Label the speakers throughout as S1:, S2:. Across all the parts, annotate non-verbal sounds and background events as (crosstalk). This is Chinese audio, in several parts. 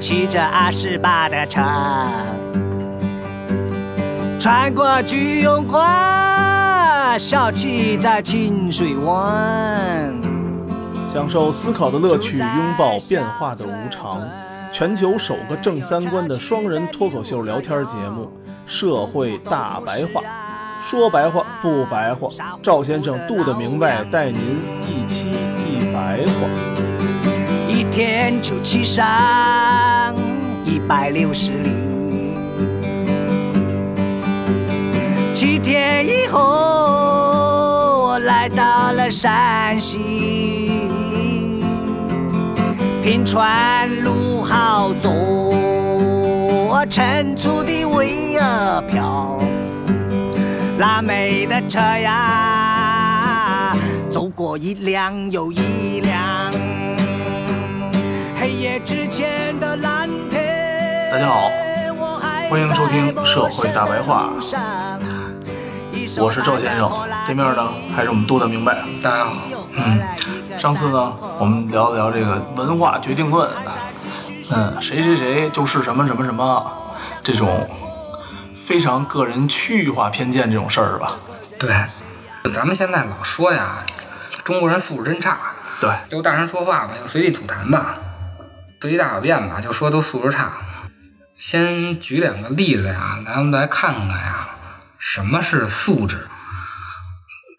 S1: 骑着阿士巴的船，穿过居庸关，笑气在清水湾。
S2: 享受思考的乐趣，拥抱变化的无常。全球首个正三观的双人脱口秀聊天节目《社会大白话》，说白话不白话，赵先生度的明白，带您一期一白话。
S1: 一天就骑上一百六十里，七天以后我来到了山西，平川路好走，尘土的味儿飘，拉美的车呀，走过一辆又一辆。黑夜之前的蓝天。
S3: 大家好，欢迎收听《社会大白话》，我是赵先生，对面呢还是我们杜的明白。
S4: 大家好，
S3: 嗯，上次呢我们聊了聊这个文化决定论，嗯，谁谁谁就是什么什么什么这种非常个人区域化偏见这种事儿吧？
S4: 对，咱们现在老说呀，中国人素质真差，
S3: 对，
S4: 又大声说话吧，又随地吐痰吧。随地大小便吧，就说都素质差。先举两个例子呀，咱们来看看呀，什么是素质。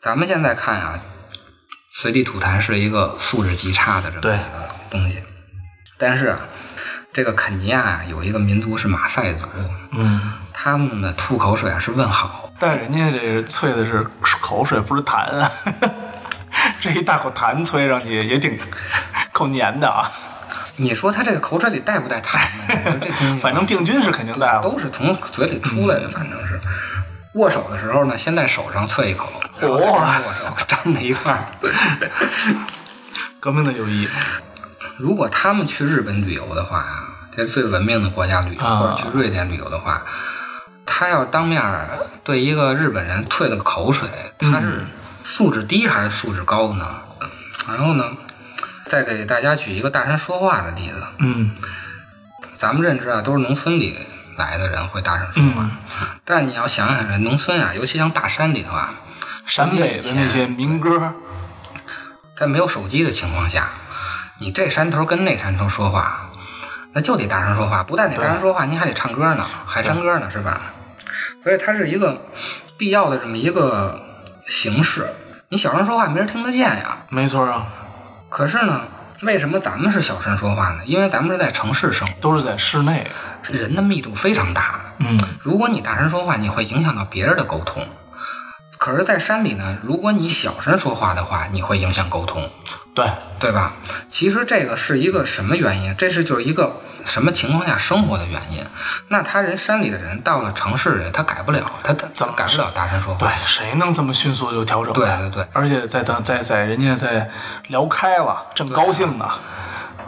S4: 咱们现在看呀，随地吐痰是一个素质极差的这
S3: 对
S4: 么一个东西。但是啊，这个肯尼亚呀有一个民族是马赛族，
S3: 嗯，
S4: 他们的吐口水啊是问好，
S3: 但人家这个啐的是口水，不是痰啊。 (laughs) 这一大口痰啐上去也挺够粘的啊，
S4: 你说他这个口水里带不带痰呢？这东西
S3: (laughs)
S4: 啊
S3: 反正嗯病菌是肯定带了。
S4: 都是从嘴里出来的，反正是。握手的时候呢，先在手上啐一口，然后再跟握手粘在一块儿。
S3: 革命的友谊，
S4: 如果他们去日本旅游的话，啊这最文明的国家旅游，
S3: 啊
S4: 或者去瑞典旅游的话，他要当面对一个日本人啐了个口水，
S3: 嗯
S4: 他是素质低还是素质高呢？然后呢，再给大家举一个大声说话的例子，
S3: 嗯，
S4: 咱们认知啊，都是农村里来的人会大声说
S3: 嗯
S4: 话，但你要想想，这农村啊，尤其像大山里头啊，
S3: 陕北的那些民歌，
S4: 在没有手机的情况下，你这山头跟那山头说话，那就得大声说话，不但得大声说话，您还得唱歌呢，还山歌呢，是吧？所以它是一个必要的这么一个形式。你小声说话，没人听得见呀。
S3: 没错啊，
S4: 可是呢，为什么咱们是小声说话呢？因为咱们是在城市生
S3: 都是在室内。
S4: 活，人的密度非常大。
S3: 嗯，
S4: 如果你大声说话，你会影响到别人的沟通。可是，在山里呢，如果你小声说话的话，你会影响沟通，
S3: 对，
S4: 对吧？其实这个是一个什么原因？这是就是一个什么情况下生活的原因。那他人山里的人到了城市里，他改不了，他他
S3: 怎么
S4: 改不了大声说
S3: 对
S4: 话。，
S3: 谁能这么迅速就调整？
S4: 对对对，
S3: 而且在等在在人家在聊开了，正高兴
S4: 啊
S3: 呢。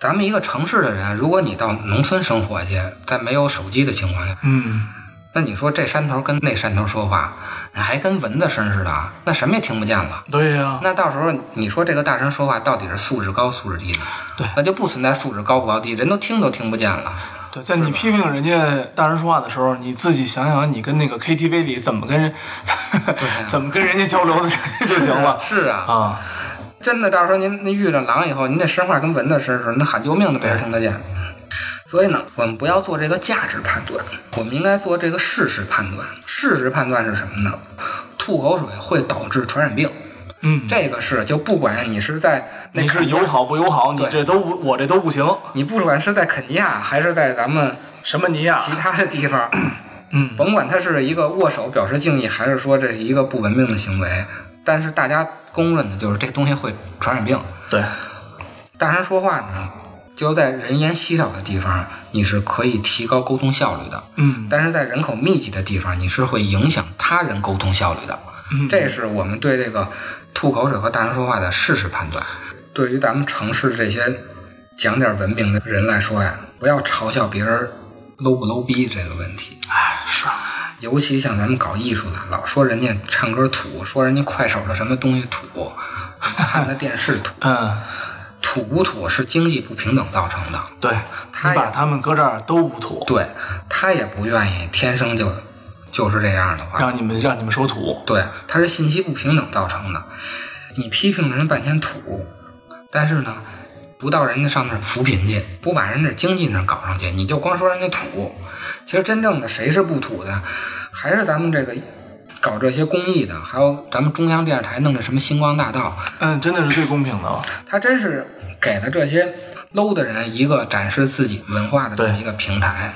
S4: 咱们一个城市的人，如果你到农村生活去，在没有手机的情况下，
S3: 嗯，
S4: 那你说这山头跟那山头说话，还跟蚊子声似的啊，那什么也听不见了。
S3: 对呀、
S4: 那到时候你说这个大声说话到底是素质高素质低呢？
S3: 对
S4: 那就不存在素质高不高低，人都听都听不见了。
S3: 对，在你批评人家大声说话的时候，你自己想想，你跟那个 KTV 里怎么跟人，
S4: 啊
S3: (laughs) 怎么跟人家交流的就行
S4: (laughs)
S3: 了
S4: 是啊，
S3: 啊。
S4: 真的到时候您您遇着狼以后，您那声话跟蚊子似的，那喊救命都没人听得见。所以呢，我们不要做这个价值判断，我们应该做这个事实判断。事实判断是什么呢？吐口水会导致传染病，
S3: 嗯，
S4: 这个是就不管你是在那
S3: 你是友好不友好，你
S4: 对
S3: 这都不，我这都不行。
S4: 你不管是在肯尼亚还是在咱们
S3: 什么尼亚？
S4: 其他的地
S3: (clears throat)
S4: 方，
S3: 嗯，
S4: 甭管它是一个握手表示敬意，还是说这是一个不文明的行为，但是大家公认的就是这东西会传染病。
S3: 对，
S4: 大声说话呢，就在人烟稀少的地方，你是可以提高沟通效率的；
S3: 嗯，
S4: 但是在人口密集的地方，你是会影响他人沟通效率的。这是我们对这个吐口水和大声说话的事实判断。对于咱们城市这些讲点文明的人来说呀，不要嘲笑别人 low 不 low 逼这个问题。
S3: 哎，是啊，
S4: 尤其像咱们搞艺术的，老说人家唱歌土，说人家快手的什么东西土，看的电视土， (laughs)
S3: 嗯，
S4: 土不土是经济不平等造成的，
S3: 对，
S4: 他
S3: 你
S4: 也
S3: 把他们搁这儿都不土，
S4: 对他也不愿意天生就就是这样的话，
S3: 让你们让你们说土，
S4: 对，他是信息不平等造成的。你批评人半天土，但是呢，不到人家上那儿扶贫去，不把人家经济那儿搞上去，你就光说人家土。其实真正的谁是不土的，还是咱们这个搞这些公益的，还有咱们中央电视台弄的什么星光大道，
S3: 嗯，真的是最公平的了。
S4: 他真是给了这些 low 的人一个展示自己文化的这么
S3: 对
S4: 一个平台。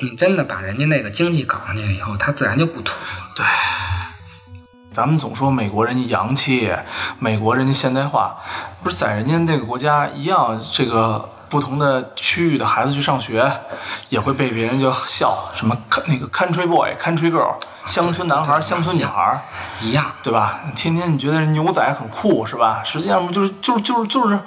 S4: 你真的把人家那个经济搞上去以后，他自然就不土了。
S3: 咱们总说美国人家洋气，美国人家现代化，不是在人家那个国家一样，这个不同的区域的孩子去上学，也会被别人就笑什么那个 country boy、country girl，乡村男孩、乡村女孩，
S4: 一样，
S3: 对吧？天天你觉得人牛仔很酷是吧？实际上不就是就是就是就是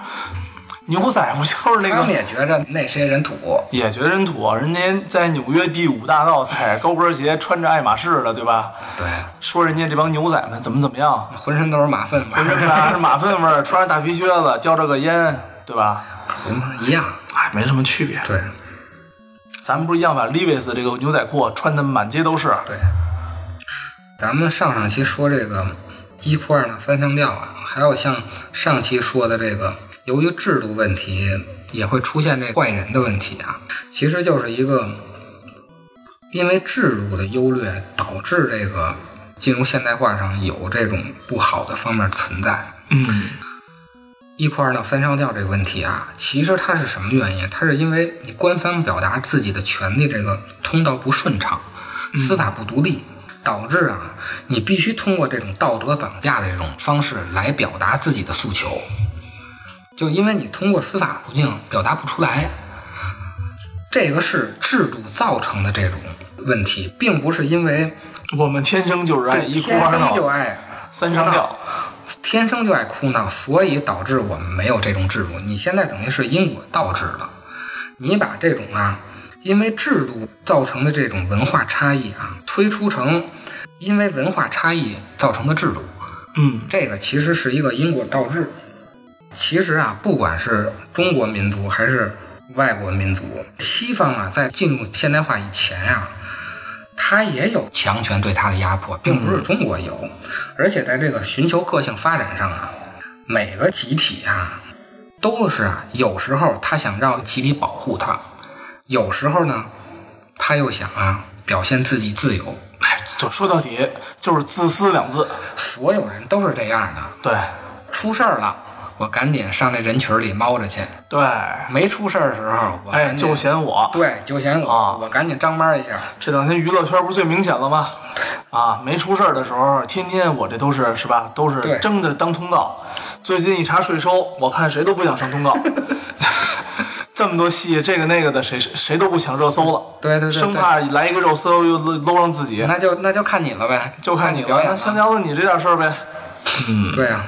S3: 牛仔不就是那
S4: 他们
S3: 个？
S4: 也觉着那些人土，
S3: 也觉得人土，啊人家在纽约第五大道踩着高跟鞋，穿着爱马仕的，对吧？
S4: 对，啊
S3: 说人家这帮牛仔们怎么怎么样，
S4: 浑身都是马粪味
S3: 浑
S4: 儿，
S3: 身拿着马粪味儿，穿着大皮靴子，叼着个烟，对吧？
S4: 一样。
S3: 哎，没什么区别。
S4: 对
S3: 咱们不是一样把 Levi's 这个牛仔裤穿的满街都是？
S4: 对，咱们上上期说这个一哭二闹三上吊啊，还有像上期说的这个，由于制度问题也会出现这怪人的问题啊，其实就是一个因为制度的优劣导致这个进入现代化上有这种不好的方面存在。
S3: 嗯，
S4: 一哭二闹三上吊这个问题啊，其实它是什么原因？它是因为你官方表达自己的权利这个通道不顺畅，司法不独立，导致啊，你必须通过这种道德绑架的这种方式来表达自己的诉求，就因为你通过司法途径表达不出来，这个是制度造成的这种问题，并不是因为
S3: 我们天生就是爱
S4: 对
S3: 哎一哭
S4: 天
S3: 二
S4: 生就
S3: 闹
S4: 爱
S3: 三上吊。
S4: 天生就爱哭闹，所以导致我们没有这种制度。你现在等于是因果倒置了，你把这种啊，因为制度造成的这种文化差异啊，推出成因为文化差异造成的制度，
S3: 嗯，
S4: 这个其实是一个因果倒置。其实啊，不管是中国民族还是外国民族，西方啊，在进入现代化以前啊，它也有强权对它的压迫，并不是中国有。而且在这个寻求个性发展上啊，每个集体啊，都是啊，有时候他想让集体保护他，有时候呢，他又想啊表现自己自由。
S3: 哎，就说到底就是自私两字。
S4: 所有人都是这样的，
S3: 对
S4: 出事儿了，我赶紧上那人群里猫着去；
S3: 对，
S4: 没出事儿的时候，我
S3: 哎，
S4: 赶紧
S3: 就嫌我。
S4: 对就嫌我、
S3: 啊
S4: 我赶紧张班一下。
S3: 这两天娱乐圈不是最明显了吗？啊，没出事儿的时候，天天我这都是是吧，都
S4: 对
S3: 是争着当通道。最近一查税收，我看谁都不想上通
S4: (laughs)
S3: 道。这么多戏，这个那个的，谁谁谁都不抢热搜了。
S4: 对对对对
S3: 生怕来一个热搜又搂搂上自己，
S4: 那就那就看你了呗，
S3: 就看
S4: 看
S3: 你
S4: 表
S3: 了。
S4: 演
S3: 那先聊聊你这点事儿呗。
S4: 对啊，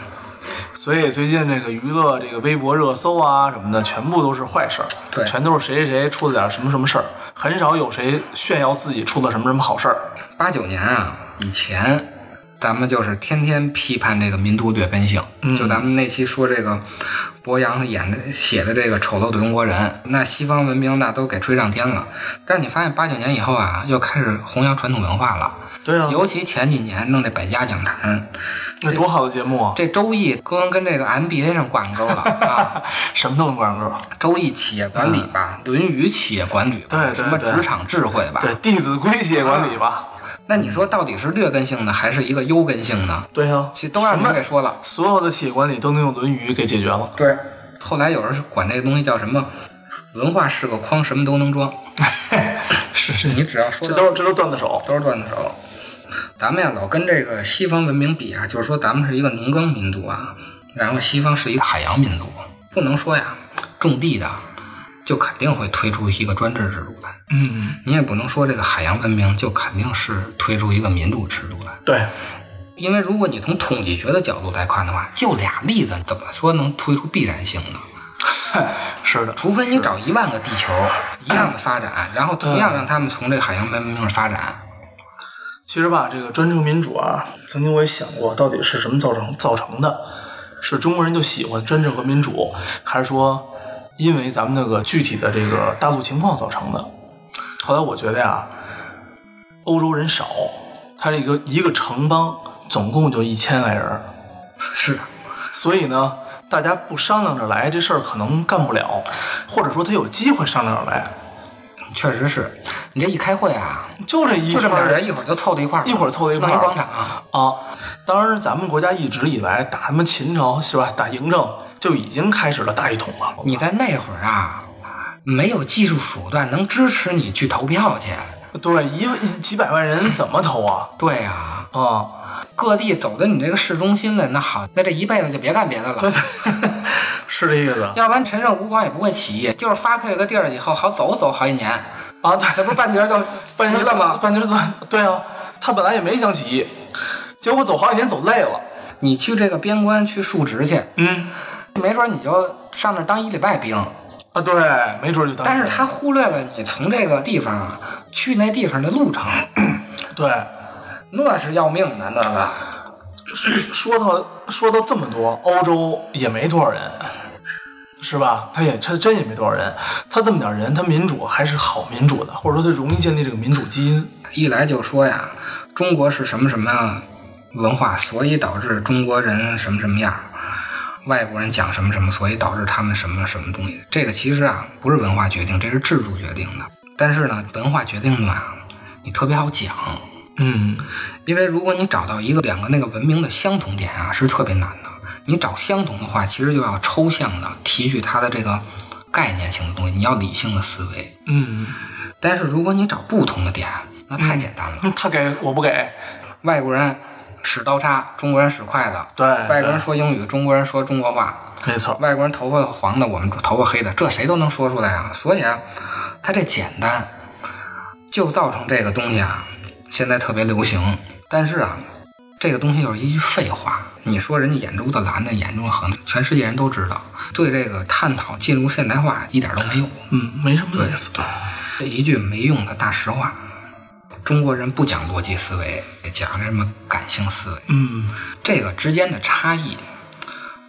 S3: 所以最近这个娱乐这个微博热搜啊什么的，全部都是坏事儿，
S4: 对
S3: 全都是谁谁谁出了点什么什么事儿，很少有谁炫耀自己出了什么什么好事儿。
S4: 八九年啊以前，咱们就是天天批判这个民族劣根性。
S3: 嗯
S4: 就咱们那期说这个博洋演的写的这个丑陋的中国人，那西方文明那都给吹上天了。但是你发现八九年以后啊，又开始弘扬传统文化了。
S3: 对啊，
S4: 尤其前几年弄这百家讲坛，
S3: 那多好的节目啊！
S4: 这周易跟跟这个 MBA 上挂上钩了啊！
S3: (laughs) 什么都能管住。
S4: 周易企业管理吧，论语》企业管理吧，
S3: 嗯对对
S4: 什么
S3: 对
S4: 职场智慧吧，
S3: 对，《弟子规》写管理吧。
S4: 那你说到底是劣根性呢，还是一个优根性呢？
S3: (laughs) 对啊呀，
S4: 其实都让你们给说了。
S3: 所有的企业管理都能用《论语》给解决了。
S4: 对，后来有人管这个东西叫什么？文化是个筐，什么都能装。
S3: 是是，
S4: 你只要说
S3: 这
S4: 到
S3: 都是这都是段子手。
S4: 都是段子手。咱们呀，老跟这个西方文明比啊，就是说咱们是一个农耕民族啊，然后西方是一个海洋民族，不能说呀，种地的就肯定会推出一个专制制度来，
S3: 嗯，
S4: 你也不能说这个海洋文明就肯定是推出一个民主制度来，
S3: 对，
S4: 因为如果你从统计学的角度来看的话，就俩例子怎么说能推出必然性呢？
S3: 是的，
S4: 除非你找一万个地球一样的发展，然后同样让他们从这个海洋文明上发展，
S3: 其实吧，这个专政民主啊，曾经我也想过，到底是什么造成造成的？是中国人就喜欢专政和民主，还是说因为咱们那个具体的这个大陆情况造成的？后来我觉得呀，欧洲人少，他这个一个城邦总共就一千来人儿，
S4: 是啊
S3: 所以呢，大家不商量着来，这事儿可能干不了，或者说他有机会商量着来，
S4: 确实是你这一开会啊，
S3: 就这一
S4: 就这么
S3: 圈
S4: 点
S3: 儿
S4: 人，一会儿就凑到一块儿了，
S3: 一会儿凑到一块儿
S4: 弄一广场啊，
S3: 啊，当然，咱们国家一直以来打他们秦朝是吧？打嬴政就已经开始了大一统了。
S4: 你在那会儿啊，没有技术手段能支持你去投票去。
S3: 对一一几百万人怎么投啊？
S4: 对啊，
S3: 啊，
S4: 各地走到你这个市中心了，那好，那这一辈子就别干别的了。
S3: (laughs) 是这意思
S4: (laughs) 要不然陈胜吴广也不会起义，就是发配个地儿以后，好走走好几年，
S3: 啊？对，
S4: 那不是半截儿就急
S3: 半截
S4: 了
S3: (laughs)
S4: 吗？
S3: 半截断，对啊，他本来也没想起义，结果走好几年走累了。
S4: 你去这个边关去述职去，
S3: 嗯，
S4: 没准你就上那儿当一礼拜兵。
S3: 啊，对，没准儿就当。
S4: 但是他忽略了你从这个地方啊去那地方的路程，
S3: 对
S4: 那是要命的那个。
S3: 说到说到这么多，欧洲也没多少人，是吧？他也他真也没多少人，他这么点儿人，他民主还是好民主的，或者说他容易建立这个民主基因。
S4: 一来就说呀，中国是什么什么文化，所以导致中国人什么什么样儿；外国人讲什么什么，所以导致他们什么什么东西。这个其实啊，不是文化决定，这是制度决定的。但是呢，文化决定的啊，你特别好讲，
S3: 嗯，
S4: 因为如果你找到一个两个那个文明的相同点啊，是特别难的。你找相同的话，其实就要抽象的提取它的这个概念性的东西，你要理性的思维。
S3: 嗯，
S4: 但是如果你找不同的点，啊那太简单了。
S3: 嗯他给我不给，
S4: 外国人使刀叉，中国人使筷子；
S3: 对
S4: 外国人
S3: 对
S4: 说英语，中国人说中国话；
S3: 没错，
S4: 外国人头发黄的，我们头发黑的，这谁都能说出来啊。所以啊，他这简单，就造成这个东西啊，现在特别流行。但是啊，这个东西就是一句废话。你说人家眼珠子蓝的，眼珠子横的，全世界人都知道。对这个探讨进入现代化一点都没用，
S3: 嗯，没什么意思，对，
S4: 这一句没用的大实话。中国人不讲逻辑思维，讲这么感性思维。
S3: 嗯，
S4: 这个之间的差异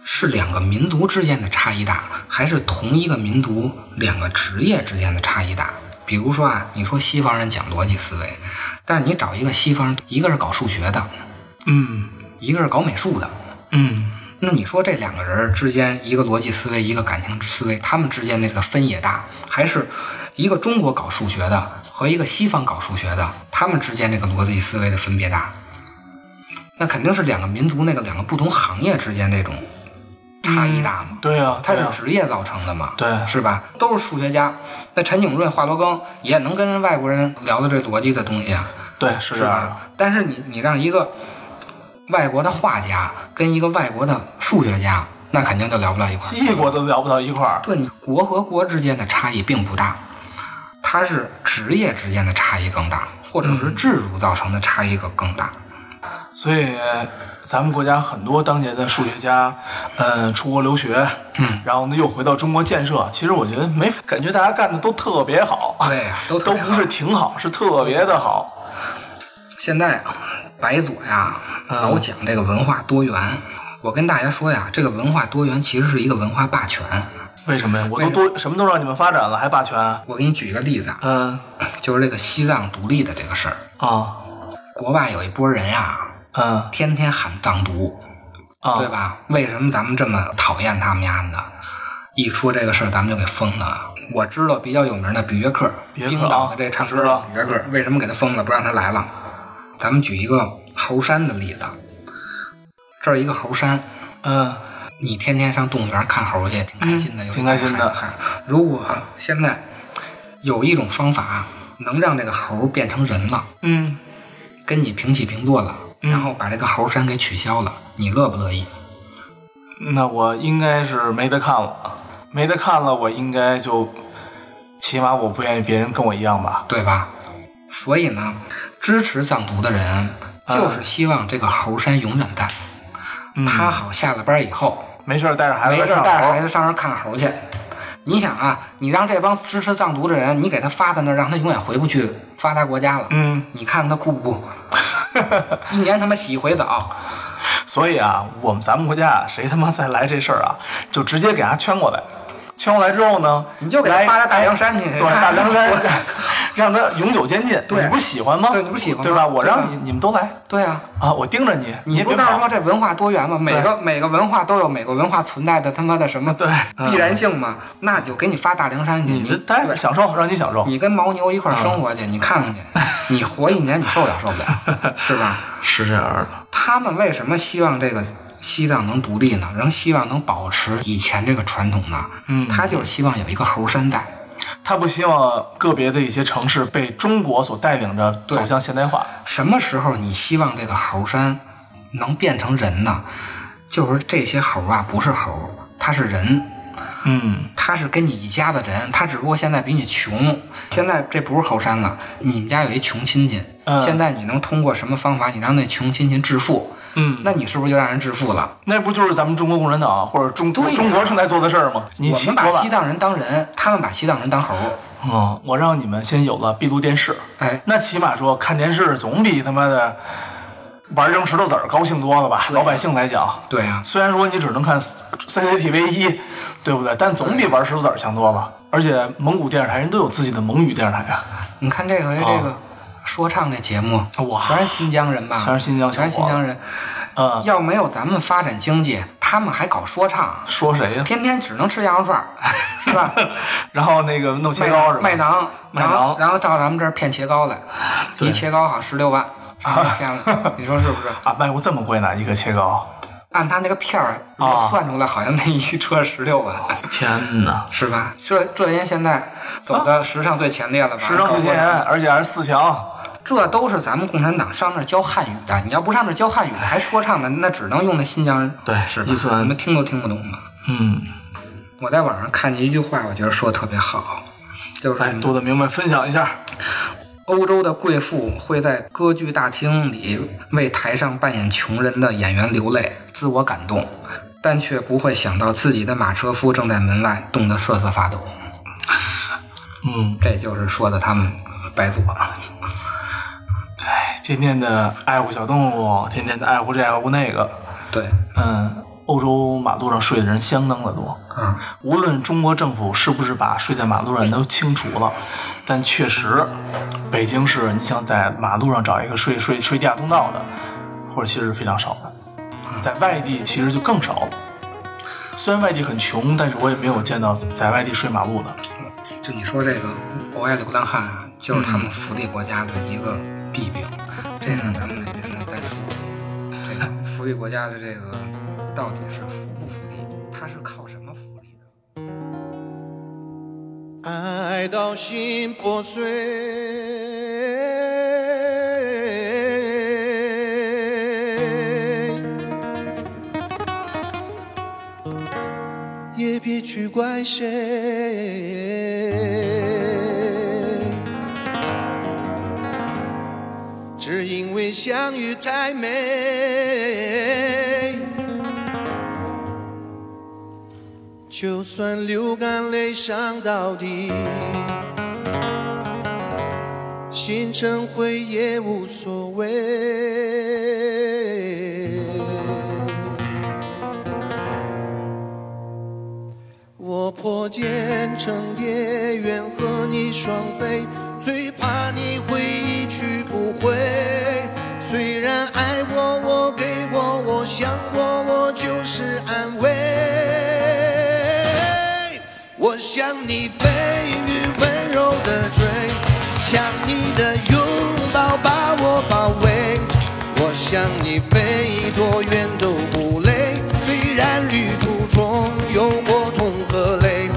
S4: 是两个民族之间的差异大，还是同一个民族两个职业之间的差异大？比如说啊，你说西方人讲逻辑思维，但是你找一个西方人，一个是搞数学的，
S3: 嗯，
S4: 一个是搞美术的，
S3: 嗯，
S4: 那你说这两个人之间，一个逻辑思维，一个感情思维，他们之间的这个分也大，还是一个中国搞数学的和一个西方搞数学的，他们之间这个逻辑思维的分别大？那肯定是两个民族那个两个不同行业之间这种差异大嘛。
S3: 对啊，
S4: 它
S3: 对
S4: 是
S3: 啊
S4: 职业造成的嘛，
S3: 对
S4: 是吧？都是数学家，那陈景润、华罗庚也能跟人外国人聊到这逻辑的东西啊，
S3: 对是
S4: 是
S3: 这样的，
S4: 吧？但是你你让一个外国的画家跟一个外国的数学家，那肯定就聊不到一块儿。
S3: 异国都聊不到一块儿，
S4: 对你国和国之间的差异并不大，它是职业之间的差异更大，或者是制度造成的差异更更大。
S3: 所以咱们国家很多当年的数学家，呃，出国留学，嗯，然后呢又回到中国建设，其实我觉得没感觉大家干的都特别好，
S4: 对呀都
S3: 嗯
S4: 特
S3: 都
S4: 别好
S3: 不是挺好，是特别的好，
S4: 现在啊白左呀
S3: 嗯
S4: 老讲这个文化多元，我跟大家说呀，这个文化多元其实是一个文化霸权。
S3: 为什么呀？我都多什么都让你们发展了，还霸权？
S4: 我给你举一个例子啊，
S3: 嗯
S4: 就是这个西藏独立的这个事儿，
S3: 啊
S4: 国外有一波人啊呀，
S3: 嗯
S4: 天天喊藏独，
S3: 啊，
S4: 对？吧？为什么咱们这么讨厌他们家呢？一说这个事儿，咱们就给封了。我知道比较有名的比约克，
S3: 比约克啊
S4: 冰岛的这唱歌
S3: 知
S4: 的
S3: 道
S4: 比约克，为什么给他封了，不让他来了？咱们举一个猴山的例子，这儿一个猴山，
S3: 嗯
S4: 你天天上动物园看猴去，挺开心的，有
S3: 挺开心的
S4: 孩子如果现在有一种方法能让这个猴变成人了，
S3: 嗯，
S4: 跟你平起平坐了，然后把这个猴山给取消了，你乐不乐意？
S3: 那我应该是没得看了，没得看了，我应该就，起码我不愿意别人跟我一样吧。
S4: 对吧？所以呢，支持藏独的人
S3: 啊
S4: 就是希望这个猴山永远在，他好下了班以后
S3: 没事儿带着嗯孩
S4: 没
S3: 子
S4: 事
S3: 上
S4: 儿带着孩
S3: 猴，
S4: 子上那儿看猴去。你想啊，你让这帮支持藏独的人，你给他发到那儿，让他永远回不去发达国家了。
S3: 嗯， (laughs)
S4: 你看他酷不酷？一年他妈洗一回澡，
S3: 所以啊，我们咱们国家谁他妈再来这事儿啊， (laughs) 就直接给他圈过来。圈过来之后呢，
S4: 你就给他
S3: 来哎
S4: 发到大凉山去 (laughs)
S3: 对，大凉山 (laughs) 让他永久监禁。
S4: 对
S3: 你不是喜欢吗？
S4: 对你不是喜欢吗
S3: 对吧？我
S4: 对
S3: 让
S4: 吧
S3: 你你们都来
S4: 对啊，
S3: 啊，我盯着你，你
S4: 你
S3: 也
S4: 不
S3: 别
S4: 是告诉
S3: 跑
S4: 说。这文化多元吗？每个每个文化都有每个文化存在的他妈的什么
S3: 对嗯
S4: 必然性吗？那就给你发大凉山去，
S3: 你
S4: 你
S3: 这待着
S4: 对
S3: 享受，让你享受。
S4: 你跟牦牛一块儿生活去，
S3: 嗯
S4: 你看看去，你活一年你受不了受不
S3: (laughs)
S4: 了，是吧？
S3: 是这样的，
S4: 他们为什么希望这个西藏能独立呢？仍希望能保持以前这个传统呢？嗯，他就是希望有一个猴山在。
S3: 他不希望个别的一些城市被中国所带领着
S4: 对
S3: 走向现代化。
S4: 什么时候你希望这个猴山能变成人呢？就是这些猴啊，不是猴，它是人。
S3: 嗯，
S4: 他是跟你一家的人，他只不过现在比你穷。现在这不是后山了，你们家有一穷亲戚，
S3: 嗯
S4: 现在你能通过什么方法，你让那穷亲戚致富？
S3: 嗯，
S4: 那你是不是就让人致富了？
S3: 那不就是咱们中国共产党啊或者中
S4: 对呀
S3: 中国正在做的事儿吗？你
S4: 我
S3: 起
S4: 们把
S3: 我
S4: 西藏人当人，他们把西藏人当猴。
S3: 嗯，我让你们先有了闭路电视，
S4: 哎，
S3: 那起码说看电视总比他妈的玩扔石头子儿高兴多了吧？
S4: 对呀
S3: 老百姓来讲，
S4: 对啊，
S3: 虽然说你只能看 CCTV 一，对不对？但总比玩石头子儿强多了。而且蒙古电视台人都有自己的蒙语电视台啊，
S4: 你看这回
S3: 哦
S4: 这个说唱这节目，
S3: 哇
S4: 全是新疆人吧？
S3: 全是新疆小伙
S4: 全
S3: 子
S4: 是新疆人。
S3: 嗯，
S4: 要没有咱们发展经济，他们还搞说唱，
S3: 说谁呀？ (laughs)
S4: 天天只能吃羊肉串儿， (laughs) 是吧？
S3: 然后那个弄切
S4: 麦
S3: 糕是吧？
S4: 麦囊，
S3: 麦
S4: 然后
S3: 囊
S4: 然后到咱们这儿骗切糕来，
S3: 对
S4: 一切糕好十
S3: (laughs)
S4: 六万，啊然后骗了，你说是不是？
S3: 啊，卖过这么贵呢？一个切糕，
S4: 按他那个片
S3: 啊
S4: 儿，如果算出来，好像那一车十六万，
S3: 天哪！
S4: 是吧？这这人现在走的时尚最前列了吧？
S3: 时尚最前沿，
S4: 搞过来，
S3: 而且还是四强。
S4: 这都是咱们共产党上那儿教汉语的。你要不上那儿教汉语的，还说唱的，那只能用那新疆人，
S3: 对
S4: 是吧？
S3: 伊斯兰
S4: 你们听都听不懂的。
S3: 嗯，
S4: 我在网上看见一句话，我觉得说的特别好，就是
S3: 哎，多的明白，分享一下。
S4: 欧洲的贵妇会在歌剧大厅里为台上扮演穷人的演员流泪，自我感动，但却不会想到自己的马车夫正在门外冻得瑟瑟发抖。
S3: 嗯，
S4: 这就是说的他们白左。
S3: 天天的爱护小动物，天天的爱护这爱护那个。
S4: 对，
S3: 嗯，欧洲马路上睡的人相当的多。
S4: 嗯，
S3: 无论中国政府是不是把睡在马路上人都清除了，但确实，北京市你想在马路上找一个睡睡睡地下通道的，或者其实是非常少的，在外地其实就更少了。虽然外地很穷，但是我也没有见到在外地睡马路的。
S4: 就你说这个国外流浪汉啊，就是他们福利国家的一个弊病。这个咱们哪天呢再说。这个福利国家的这个到底是福不福利？它是靠什么福利的？
S5: 爱到心破碎。也别去怪谁，只因为相遇太美。就算流干泪伤到底，心成灰也无所谓。我破茧成蝶，愿和你双飞，最怕你会一去不回。虽然爱我，我给我，我想我，我就是安慰。我向你飞，与温柔的追，想你的拥抱把我包围。我向你飞，多远都不累，虽然旅途中有过痛和泪。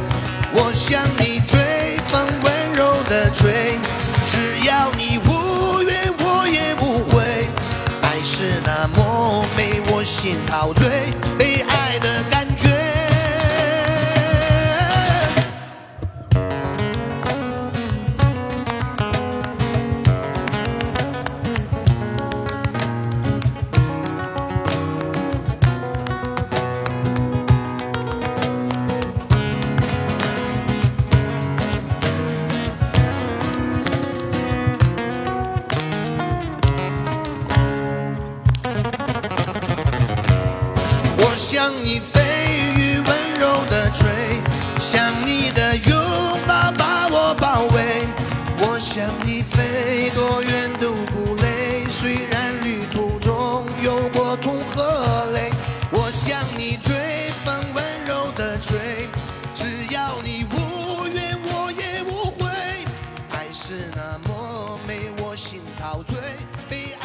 S5: 我向你追，风温柔的吹，只要你无怨，我也不悔。爱是那么美，我心陶醉，被爱的感觉。我向你飞于温柔的追，想你的拥抱把我包围。我向你飞，多远都不累，虽然旅途中有过痛和泪。我向你追，风温柔的吹，只要你无怨我也无悔。爱是那么美，我心陶醉，被爱。